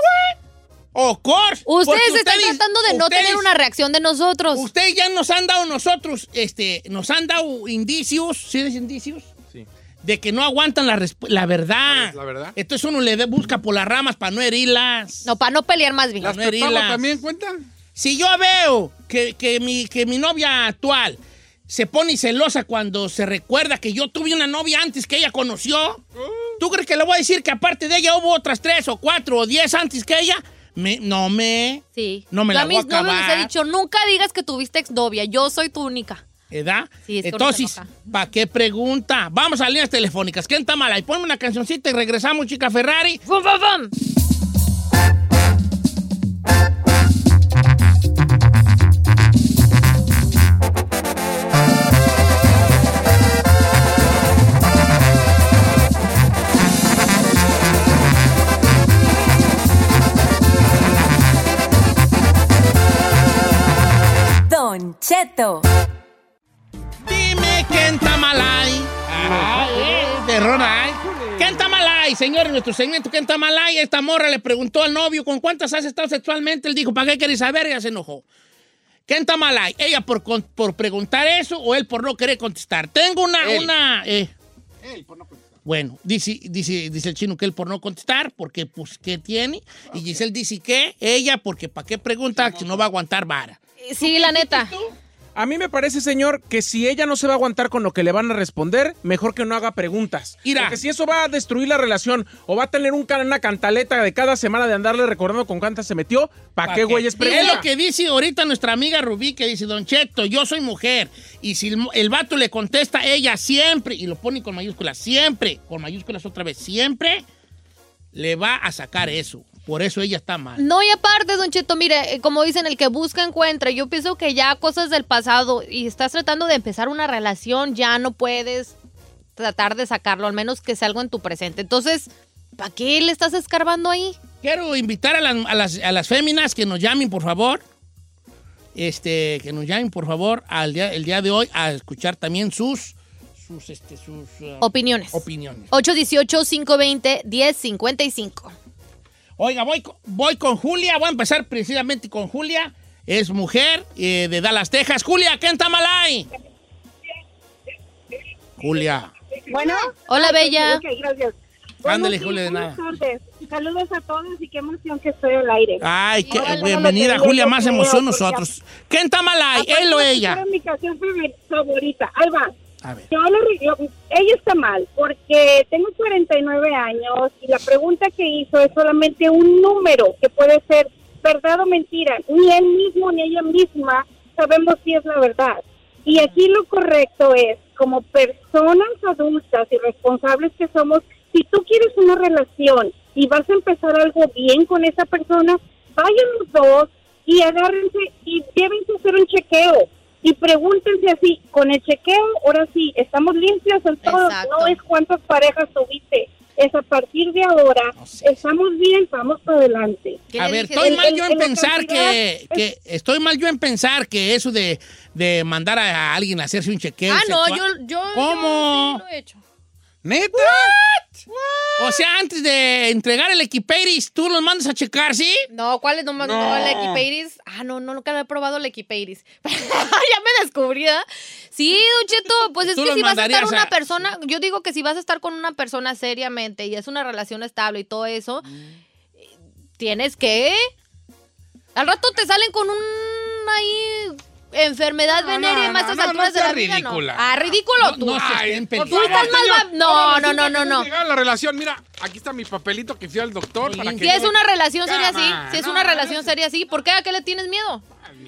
¡O course! Ustedes porque están ustedes- tratando de no ustedes- tener una reacción de nosotros. Pues, Ustedes ya nos han dado nosotros, este, nos han dado indicios, ¿sí es indicios? Sí. De que no aguantan la, resp- la verdad. La verdad. Entonces uno le de- busca por las ramas para no herirlas. No, para no pelear más bien. ¿Las No herilas. pepamas también cuentan? Si yo veo que, que mi, que mi novia actual se pone celosa cuando se recuerda que yo tuve una novia antes que ella conoció, Uh. ¿tú crees que le voy a decir que aparte de ella hubo otras tres o cuatro o diez antes que ella? Me- no me... Sí. No me Yo la a voy a mis novios les acabar. he dicho, nunca digas que tuviste exnovia, yo soy tu única. ¿Edad? Sí, es que uno Entonces, se enoja. ¿para qué pregunta? Vamos a líneas telefónicas. ¿Quién está mala? Y ponme una cancioncita y regresamos, chica Ferrari. ¡Fum, fum, fum! Don Cheto. Dime quién está mala. Ah, eh, de Ronald. ¿Quién está mala? Señores, nuestro segmento ¿Quién está mala? Esta morra le preguntó al novio con cuántas has estado sexualmente. Él dijo, ¿para qué quieres saber? Ella se enojó. ¿Quién está mala? ¿Ella por, con- por preguntar eso o él por no querer contestar? Tengo una... Él. una eh, Ey, por no contestar. Bueno, dice, dice, dice el chino que él por no contestar, porque pues, ¿qué tiene? Y Giselle dice que ella, porque ¿para qué pregunta que pues. no va a aguantar vara? Sí, la neta. A mí me parece, señor, que si ella no se va a aguantar con lo que le van a responder, mejor que no haga preguntas. Mira. Porque si eso va a destruir la relación o va a tener un, can- una cantaleta de cada semana de andarle recordando con cuántas se metió, ¿para ¿Pa' qué güeyes pregunta? Es lo que dice ahorita nuestra amiga Rubí, que dice, Don Cheto, yo soy mujer. Y si el, mo- el vato le contesta a ella siempre, y lo pone con mayúsculas, siempre, con mayúsculas otra vez, siempre, le va a sacar eso. Por eso ella está mal. No, y aparte, Don Cheto, mire, eh, como dicen, el que busca encuentra. Yo pienso que ya cosas del pasado y estás tratando de empezar una relación, ya no puedes tratar de sacarlo, al menos que sea algo en tu presente. Entonces, ¿para qué le estás escarbando ahí? Quiero invitar a las, a las- a las féminas que nos llamen, por favor. Este, que nos llamen, por favor, al día, el día de hoy a escuchar también sus, sus, este, sus eh, Opiniones. opiniones. 818-520-1055. Oiga, voy, co- voy con Julia, voy a empezar precisamente con Julia. Es mujer eh, de Dallas, Texas. Julia, ¿qué está mal ahí? Julia. Bueno. Hola, Bella. Ok, gracias. Ándale, Buenos días, Julia, de buenas nada. tardes. Saludos a todos y qué emoción que estoy al aire. Ay, qué, Hola, bienvenida, hola, Julia, querida, más querida, emoción Julia. nosotros. ¿Qué está mal ahí? Aparte, ¿Él o me ella? pusieron Mi canción favor- favorita. Ahí va. A ver. Yo lo re- yo- ella está mal porque tengo 49 años y la pregunta que hizo es solamente un número que puede ser verdad o mentira. Ni él mismo ni ella misma sabemos si es la verdad. Y aquí lo correcto es, como personas adultas y responsables que somos, si tú quieres una relación y vas a empezar algo bien con esa persona, vayan los dos y agárrense y llévense a hacer un chequeo. Y pregúntense así, con el chequeo, ahora sí, estamos limpios en todo. No es cuántas parejas tuviste. Es a partir de ahora, estamos bien, vamos para adelante. A ver, estoy mal yo en pensar que, que- estoy mal yo en pensar que eso de, de mandar a, a alguien a hacerse un chequeo. Ah, no, sexual- yo, yo, yo ¿Cómo? sí lo he hecho. ¿Neta? O sea, antes de entregar el equiperis, tú los mandas a checar, ¿sí? No, ¿cuál es? No, ma- no, No. la Equipeiris. Ah, no, no, nunca la he probado la Equipeiris. *laughs* ya me descubrí, ¿ah? Sí, Don Cheto, pues es Tú que los si vas a estar mandarías una a- persona, yo digo que si vas a estar con una persona seriamente y es una relación estable y todo eso, Mm. tienes que... Al rato te salen con un ahí enfermedad venérea más a estas no, no alturas de sea la vida, ¿no? ridícula. Ah, ridículo tú. No, Ay, se estén tú estás peleando. mal... va- No, Ahora no, no, resulta no, que no. llegaron a la relación, mira, aquí está mi papelito que fui al doctor para que Si es yo- una relación seria así, Cama, si es no, una no, relación seria así, ¿por qué a qué le tienes miedo?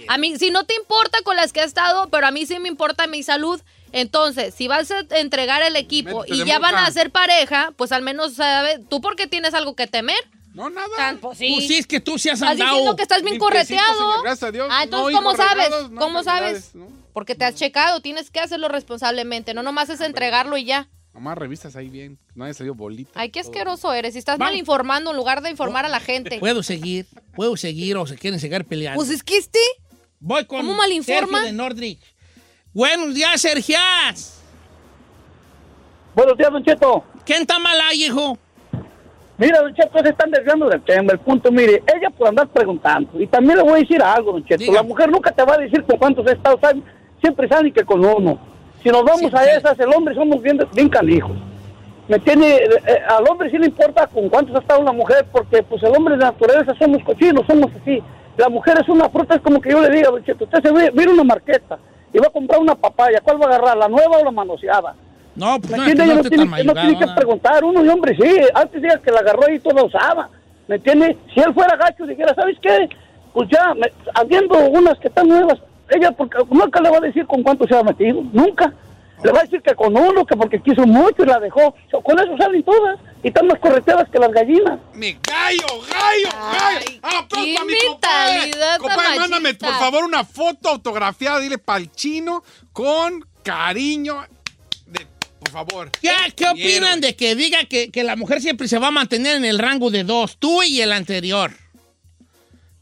A mí, si no te importa con las que has estado, pero a mí sí me importa mi salud. Entonces, si vas a entregar el equipo Métete y de ya van moca. a ser pareja, pues al menos sabes, ¿tú por qué tienes algo que temer? No, nada. pues Tú sí es que tú sí has Estás andado. diciendo que estás bien limpiecitos, correteado. señor, gracias a Dios. Ah, entonces, No, ¿cómo hijos sabes? regados, no ¿Cómo sabes? enfermedades, ¿no? Porque te has checado, tienes que hacerlo responsablemente, no nomás es entregarlo y ya. Nomás revistas ahí bien, no haya salido bolita. Ay, qué asqueroso eres, si estás mal informando en lugar de informar a la gente. Puedo seguir, puedo seguir o se quieren seguir peleando. este- Pues es que este... Voy con ¿Cómo malinforma? Sergio de Nordrich. Buenos días, Sergio. Buenos días, Don Cheto. ¿Quién está mal ahí, hijo? Mira, Don Cheto, se están desviando del tema. El punto, mire, ella por andar preguntando. Y también le voy a decir algo, Don Cheto. La mujer nunca te va a decir con cuántos estados saben. Siempre saben que con uno. Si nos vamos a esas, el hombre somos bien, bien canijos. ¿Me tiene eh, al hombre sí le importa con cuántos ha estado la mujer, porque pues el hombre de naturaleza somos cochinos, somos así. La mujer es una fruta, es como que yo le diga, Don Cheto, usted se va a ir a una marqueta y va a comprar una papaya. ¿Cuál va a agarrar, la nueva o la manoseada? No, pues ¿Me no, entiende? no Yo no, esté tiene, tan ¿eh? no tiene mayugado, que preguntar. Uno y hombre, sí. Antes digas que la agarró y toda usaba. ¿Me entiendes? Si él fuera gacho, dijera, ¿sabes qué? Pues ya, me- habiendo unas que están nuevas, ella porque, nunca le va a decir con cuánto se ha metido. Nunca. Le va a decir que con uno, que porque quiso mucho y la dejó. So, Con eso salen todas. Y están más correteadas que las gallinas. ¡Me gallo, gallo, gallo! Ah, ¡Aplauso a mi compadre! mentalidad tan Compadre, mándame, machista. por favor, una foto autografiada, dile pa'l chino, con cariño, de- por favor. ¿Qué, qué opinan de que diga que, que la mujer siempre se va a mantener en el rango de dos, tú y el anterior?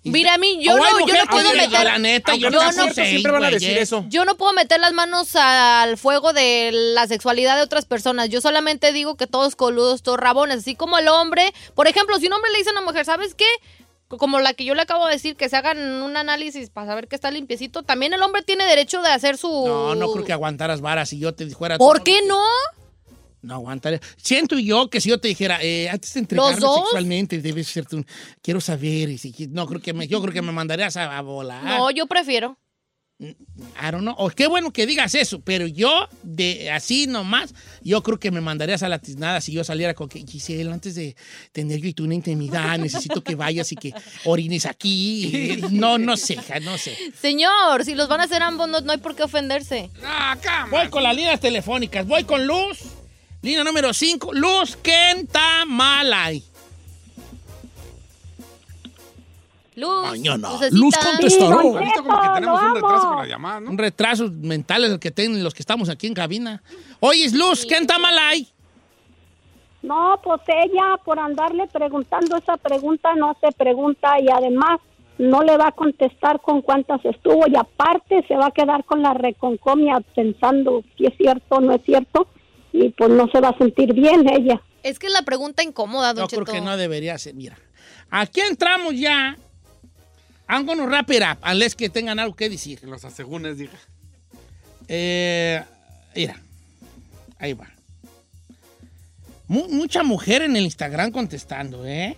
Mira, a mí, yo O Oh, hay no, yo mujeres no puedo que digan, meter... La neta, yo Aunque no no sea cierto, siempre van a decir ¿eh? eso. Yo no puedo meter las manos al fuego de la sexualidad de otras personas. Yo solamente digo que todos coludos, todos rabones, así como el hombre. Por ejemplo, si un hombre le dice a una mujer, ¿sabes qué? Como la que yo le acabo de decir, que se hagan un análisis para saber que está limpiecito. También el hombre tiene derecho de hacer su... No, no creo que aguantaras varas si yo te dijera... ¿Por qué no? No aguantaría. Siento yo que si yo te dijera, eh, antes de entregarme ¿Los dos? sexualmente, debes ser tú. Quiero saber. Y si, no, creo que me, yo creo que me mandarías a, a volar. No, yo prefiero. I don't know. O qué bueno que digas eso, pero yo, de así nomás, yo creo que me mandarías a la tiznada si yo saliera con que, Giselle, antes de tener yo y tú una intimidad, necesito que vayas y que orines *laughs* aquí. No, no sé, ja, no sé. Señor, si los van a hacer ambos, no, no hay por qué ofenderse. Voy con las líneas telefónicas, voy con Luz. Línea número 5, Luz Kentamalay. Luz. Mañana. lucecita. Ahorita como que tenemos un retraso con la llamada, ¿no? Un retraso mental es el que tienen los que estamos aquí en cabina. Oye, Luz, ¿qué está mal ahí? No, pues ella por andarle preguntando esa pregunta no se pregunta y además no le va a contestar con cuántas estuvo y aparte se va a quedar con la reconcomia pensando si es cierto o no es cierto y pues no se va a sentir bien ella. Es que es la pregunta incómoda, don Yo creo Cheto. que no debería ser. Mira, aquí entramos ya. I'm gonna wrap it up, unless que tengan algo que decir. Los asegúnes, diga. Eh, mira, ahí va. Mu- mucha mujer en el Instagram contestando, ¿eh?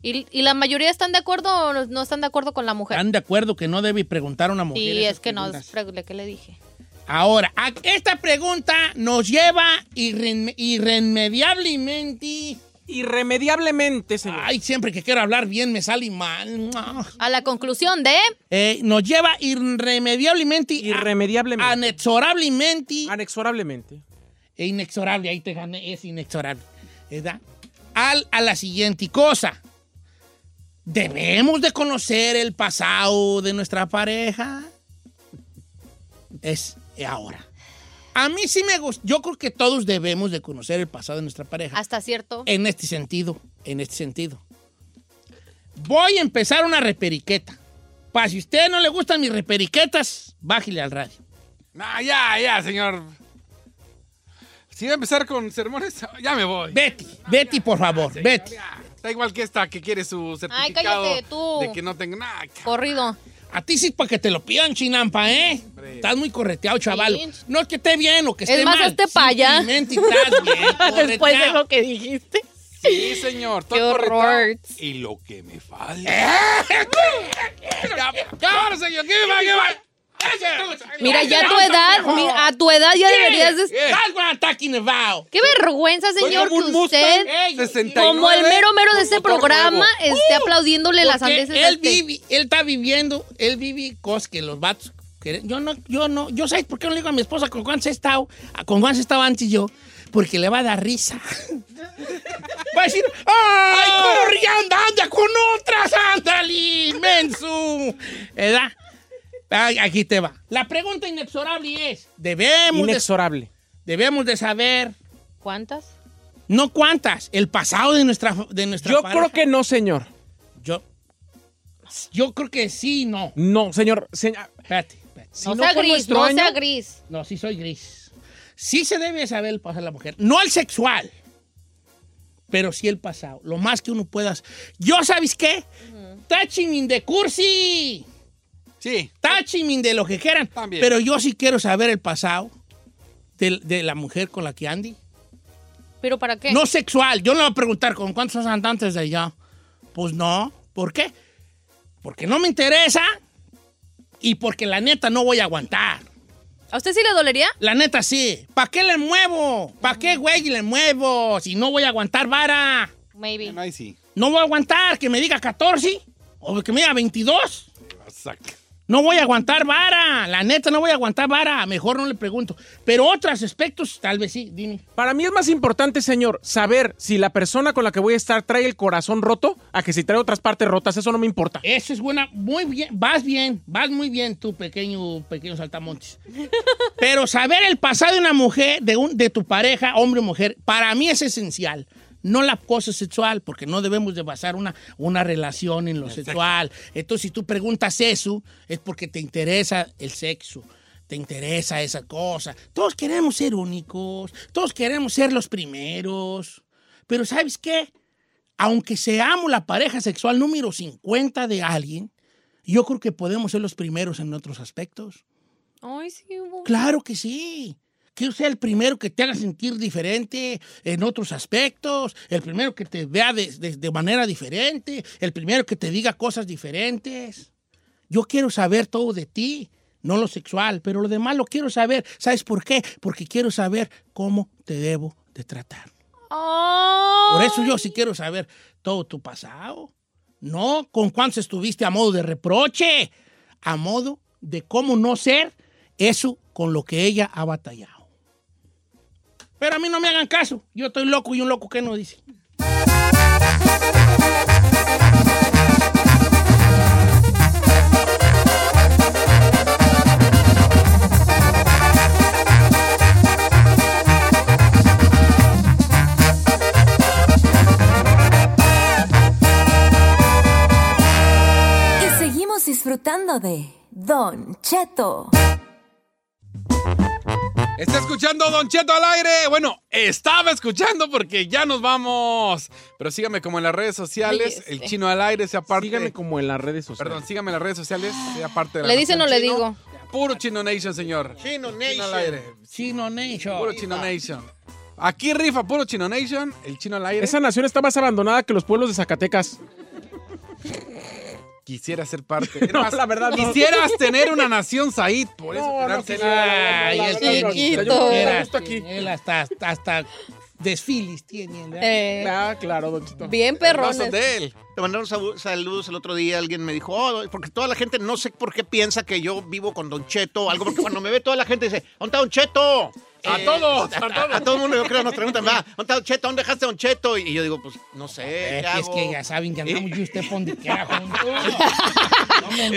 ¿Y, y la mayoría están de acuerdo o no- no están de acuerdo con la mujer? Están de acuerdo que no debe preguntar a una mujer. Sí, esas es que no, preguntas. es que le dije. Ahora, a- esta pregunta nos lleva irre- irremediablemente. Irremediablemente, señor. Ay, siempre que quiero hablar bien me sale mal. A la conclusión de... Eh, nos lleva irremediablemente. Irremediablemente. Anexorablemente. Anexorablemente. E inexorable, ahí te gané, es inexorable. ¿verdad? Al, a la siguiente cosa. Debemos de conocer el pasado de nuestra pareja. Es ahora. A mí sí me gusta. Yo creo que todos debemos de conocer el pasado de nuestra pareja. Hasta cierto. En este sentido, en este sentido. Voy a empezar una reperiqueta. Para si a usted no le gustan mis reperiquetas, bájele al radio. No, ya, ya, señor. Si va a empezar con sermones, ya me voy. Betty, Betty, por favor, Betty. Está igual que esta que quiere su Ay, certificado cállate, tú. de que no tengo nada. Corrido. A ti sí para que te lo pidan, chinampa, ¿eh? Estás muy correteado, chaval. Sí. No es que esté bien o que Es esté más, mal. este pa' allá. Simplemente estás bien *laughs* Después de correteado. lo que dijiste. Sí, señor. Qué horror. Y lo que me falta. ¡Cámara, señor! ¡Qué va, qué va! Mira, ya a tu edad, mi- a tu edad ya deberías de... ¡Estás con ataque nevado! Qué vergüenza, señor, que usted, como el mero mero de este programa, esté aplaudiéndole las Porque andeses. a él este. vive, él está viviendo, él vive cosas que los vatos. quieren. Yo no, yo no, yo sabes por qué no le digo a mi esposa con Juan se ha estado, con Juan se estaba antes yo, porque le va a dar risa. *laughs* Va a decir, ¡ay, Ah. cómo Rihanna anda con otra sándali, inmenso! ¿Edad? Ay, aquí te va. La pregunta inexorable es, debemos... de- Inexorable. debemos de saber, ¿Cuántas? no cuántas, el pasado de nuestra, de nuestra Yo pareja. creo que no, señor. Yo, yo creo que sí, no. No, señor. seña- Espérate, espérate. Si No, sea fue gris, nuestro no año- sea gris. No, sí soy gris. Sí se debe saber el pasado de la mujer. No el sexual, pero sí el pasado. Lo más que uno pueda. hacer. Yo, ¿sabes qué? Touching in the cursi. Sí. Touching in de lo que quieran. También. Pero yo sí quiero saber el pasado de, de la mujer con la que Andy. ¿Pero para qué? No sexual. Yo le voy a preguntar con cuántos andantes de allá. Pues no. ¿Por qué? Porque no me interesa y porque la neta no voy a aguantar. ¿A usted sí le dolería? La neta sí. ¿Para qué le muevo? ¿Para qué, güey, le muevo? Si no voy a aguantar vara. Maybe. Ahí sí. No voy a aguantar que me diga 14 o que me diga 22. Exacto. No voy a aguantar vara. La neta no voy a aguantar vara. Mejor no le pregunto. Pero otros aspectos, tal vez sí. Dime. Para mí es más importante, señor, saber si la persona con la que voy a estar trae el corazón roto a que si trae otras partes rotas. Eso no me importa. Eso es buena, muy bien, vas bien, vas muy bien tú, pequeño, pequeño saltamontes. Pero saber el pasado de una mujer, de, un, de tu pareja, hombre o mujer, para mí es esencial. No la cosa sexual, porque no debemos de basar una, una relación en lo sexual. Entonces, si tú preguntas eso, es porque te interesa el sexo, te interesa esa cosa. Todos queremos ser únicos, todos queremos ser los primeros. Pero ¿sabes qué? aunque seamos la pareja sexual número 50 de alguien, yo creo que podemos ser los primeros en otros aspectos. Ay, sí, hubo. Claro que sí. Que sea el primero que te haga sentir diferente en otros aspectos, el primero que te vea de, de- de manera diferente, el primero que te diga cosas diferentes. Yo quiero saber todo de ti, no lo sexual, pero lo demás lo quiero saber. ¿Sabes por qué? Porque quiero saber cómo te debo de tratar. Ay. Por eso yo sí quiero saber todo tu pasado. No, con cuántos estuviste a modo de reproche, a modo de cómo no ser eso con lo que ella ha batallado. Pero a mí no me hagan caso. Yo estoy loco y un loco que no dice. Y seguimos disfrutando de Don Cheto. Está escuchando Don Cheto al aire. Bueno, estaba escuchando porque ya nos vamos. Pero sígame como en las redes sociales, Oye, el este. chino al aire, sea parte. Sígame como en las redes sociales. Perdón, sígame en las redes sociales, sea parte de la ¿Le dicen o Nación le Chino. digo? Puro Chino Nation, señor. Chino Chino al aire. Chino Puro Nation. Chino Nation. Aquí rifa puro Chino Nation, el Chino al aire. Esa nación está más abandonada que los pueblos de Zacatecas. Quisiera ser parte. Es más, la verdad, *laughs* no. Quisieras tener una nación Said, por eso te No, dan no, celos. Ay, no, no, el no, no, no, chiquito. no, no, no, Era- justo aquí. Él hasta, hasta desfiles tiene. ¿verdad? Eh, Ah, claro, Don Chito. bien Hermoso perrones. de él. Te mandaron sabu- saludos el otro día, alguien me dijo, "Oh, porque toda la gente, no sé por qué piensa que yo vivo con Don Cheto o algo, porque cuando me ve toda la gente dice, ¿dónde está Don Cheto? A todos, a, todos. A todo el mundo, yo creo, nos preguntan, va, ¿dónde está Don Cheto? ¿Dónde dejaste a Don Cheto? Y yo digo, pues, no sé, ¿qué Es hago? que ya saben que andamos yo y usted pon de que era *laughs* juntos.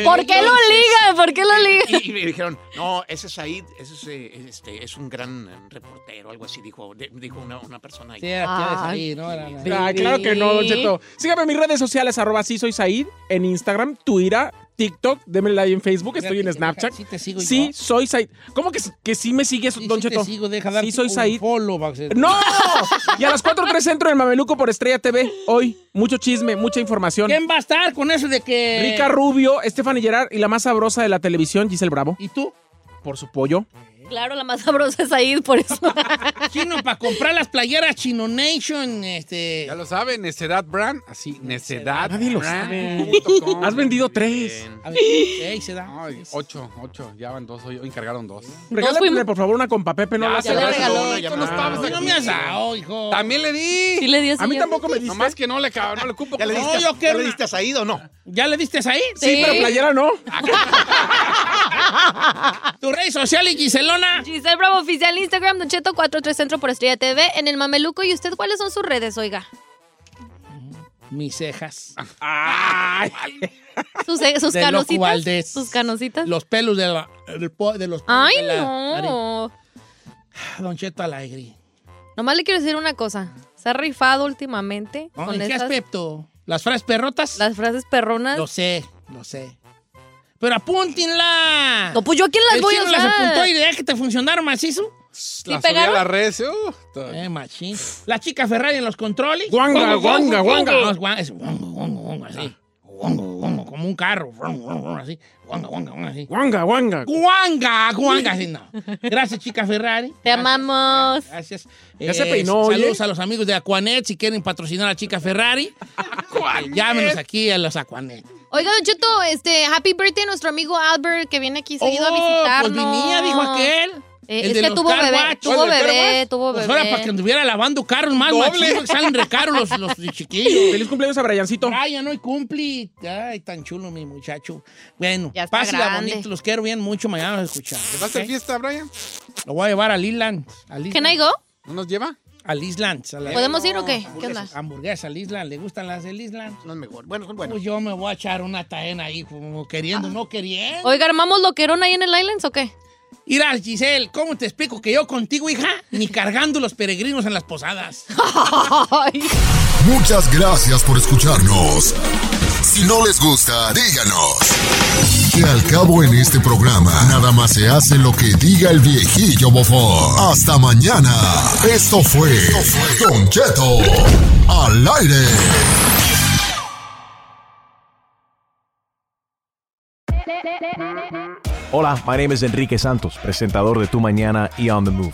¿Por qué lo liga? ¿Por qué lo liga? Y, y me dijeron, no, ese Said, ese es, eh, este, es un gran eh, reportero, algo así, dijo, de- dijo una, una persona ahí. Sí, era tía de Said, ¿no? Era la- Ah, claro que no, Don Cheto. Síganme en mis redes sociales, arroba sí soy Said, en Instagram, Twitter, TikTok, démele like en Facebook, estoy en Snapchat. Sí, sigo soy Said. ¿Cómo que, que sí me sigues, Don sí te Cheto? sigo, deja darte sí, soy un Said. follow, Baxter. ¡No! Y a las 4.3 centro en Mameluco por Estrella TV. Hoy, mucho chisme, mucha información. ¿Quién va a estar con eso de que...? Rica Rubio, Stephanie Gerard y la más sabrosa de la televisión, Giselle Bravo. ¿Y tú? Por su pollo. Claro, la más sabrosa es ahí, por eso. Chino, para comprar las playeras Chino Nation, este... Ya lo saben, necedad brand, así, necedad. Nadie lo sabe. Has vendido tres. A ver, ey, se da. Ay, ocho, ocho, ya van dos, hoy hoy encargaron dos. Regálenme, por favor, una con Pepe, no Ya la se la hagas. regaló, Ay, ya ¿cómo no. estabas Ah, pues, No aquí? me has dado, hijo. También le di. Sí le di A mí tampoco me diste. Nomás que no le cabrón, no le ocupo. ¿Ya le No, diste, yo ¿ya quiero le una- diste a Said o no? ¿Ya le diste ahí? Sí, pero playera no. ¿Tu red social y Giselona? Giselle Bravo Oficial, Instagram, Don Cheto 43 Centro por Estrella TV, en el Mameluco. ¿Y usted cuáles son sus redes, oiga? Mis cejas. Sus, eh, sus De loco canositas. Valdés. Sus canositas. Los pelos de, la- del po- de los pelos Ay, de la nariz. Ah, no. Don Cheto Alegre. Nomás le quiero decir una cosa. Se ha rifado últimamente ¿No? con ¿En qué esas- aspecto? ¿Las frases perrotas? las frases perronas. Lo sé, lo sé. Pero apúntenla. No, pues yo a quién las El voy a chino las usar. apuntó y idea que te funcionaron macizo. La subí a pegaron? la red, uh, to- Eh, machín. La chica Ferrari en los controles. Guanga, guanga, guanga. No, es guanga, es guanga, guanga, guanga, así. Guanga, guanga, como un carro. Guanga, guanga, así. Guanga, guanga, guanga, así. Guanga, guanga. Guanga, guanga, así, no. Gracias, chica Ferrari. Te amamos. Gracias. Eh, Ya se peinó, oye. Saludos a los amigos de Aquanet si quieren patrocinar a Chica Ferrari. *laughs* Llámenos aquí a los Aquanet. Oiga, Don Cheto, este, happy birthday a nuestro amigo Albert, que viene aquí seguido a Oh, visitarnos. Pues venía, dijo aquel. Eh, El es de que los tuvo car bebé, wash. tuvo ¿El del car bebé, wash? tuvo Pues ahora bebé. para que anduviera lavando carros más Doble. machino que salen recaros los, los chiquillos. Feliz cumpleaños a Briancito. Brian, hoy cumplí. Ay, tan chulo mi muchacho. Bueno, Ya está pásela grande. bonito. Los quiero bien mucho. Mañana los escuchamos. ¿Te vas a hacer ¿ok? fiesta, Brian? Lo voy a llevar a Island. Al ¿Can I Island. go? ¿No nos lleva? Al Island. a la- ¿Podemos ir o qué? ¿Qué onda? Hamburguesas, hamburguesas al Island. ¿Le gustan las del Island? No es mejor. Bueno, son buenos. Pues yo me voy a echar una taena ahí, como Ah. queriendo, no queriendo. Oiga, ¿armamos loquerón ahí en el Islands *laughs* o qué? Mira, Giselle, ¿cómo te explico que yo contigo, hija, ni cargando los peregrinos en las posadas? Muchas gracias por escucharnos. Si no les gusta, díganos. Que al cabo en este programa, nada más se hace lo que diga el viejillo bofón. Hasta mañana. Esto fue, Don Cheto al aire. Hola, my name is Enrique Santos, presentador de Tu Mañana y On the Move.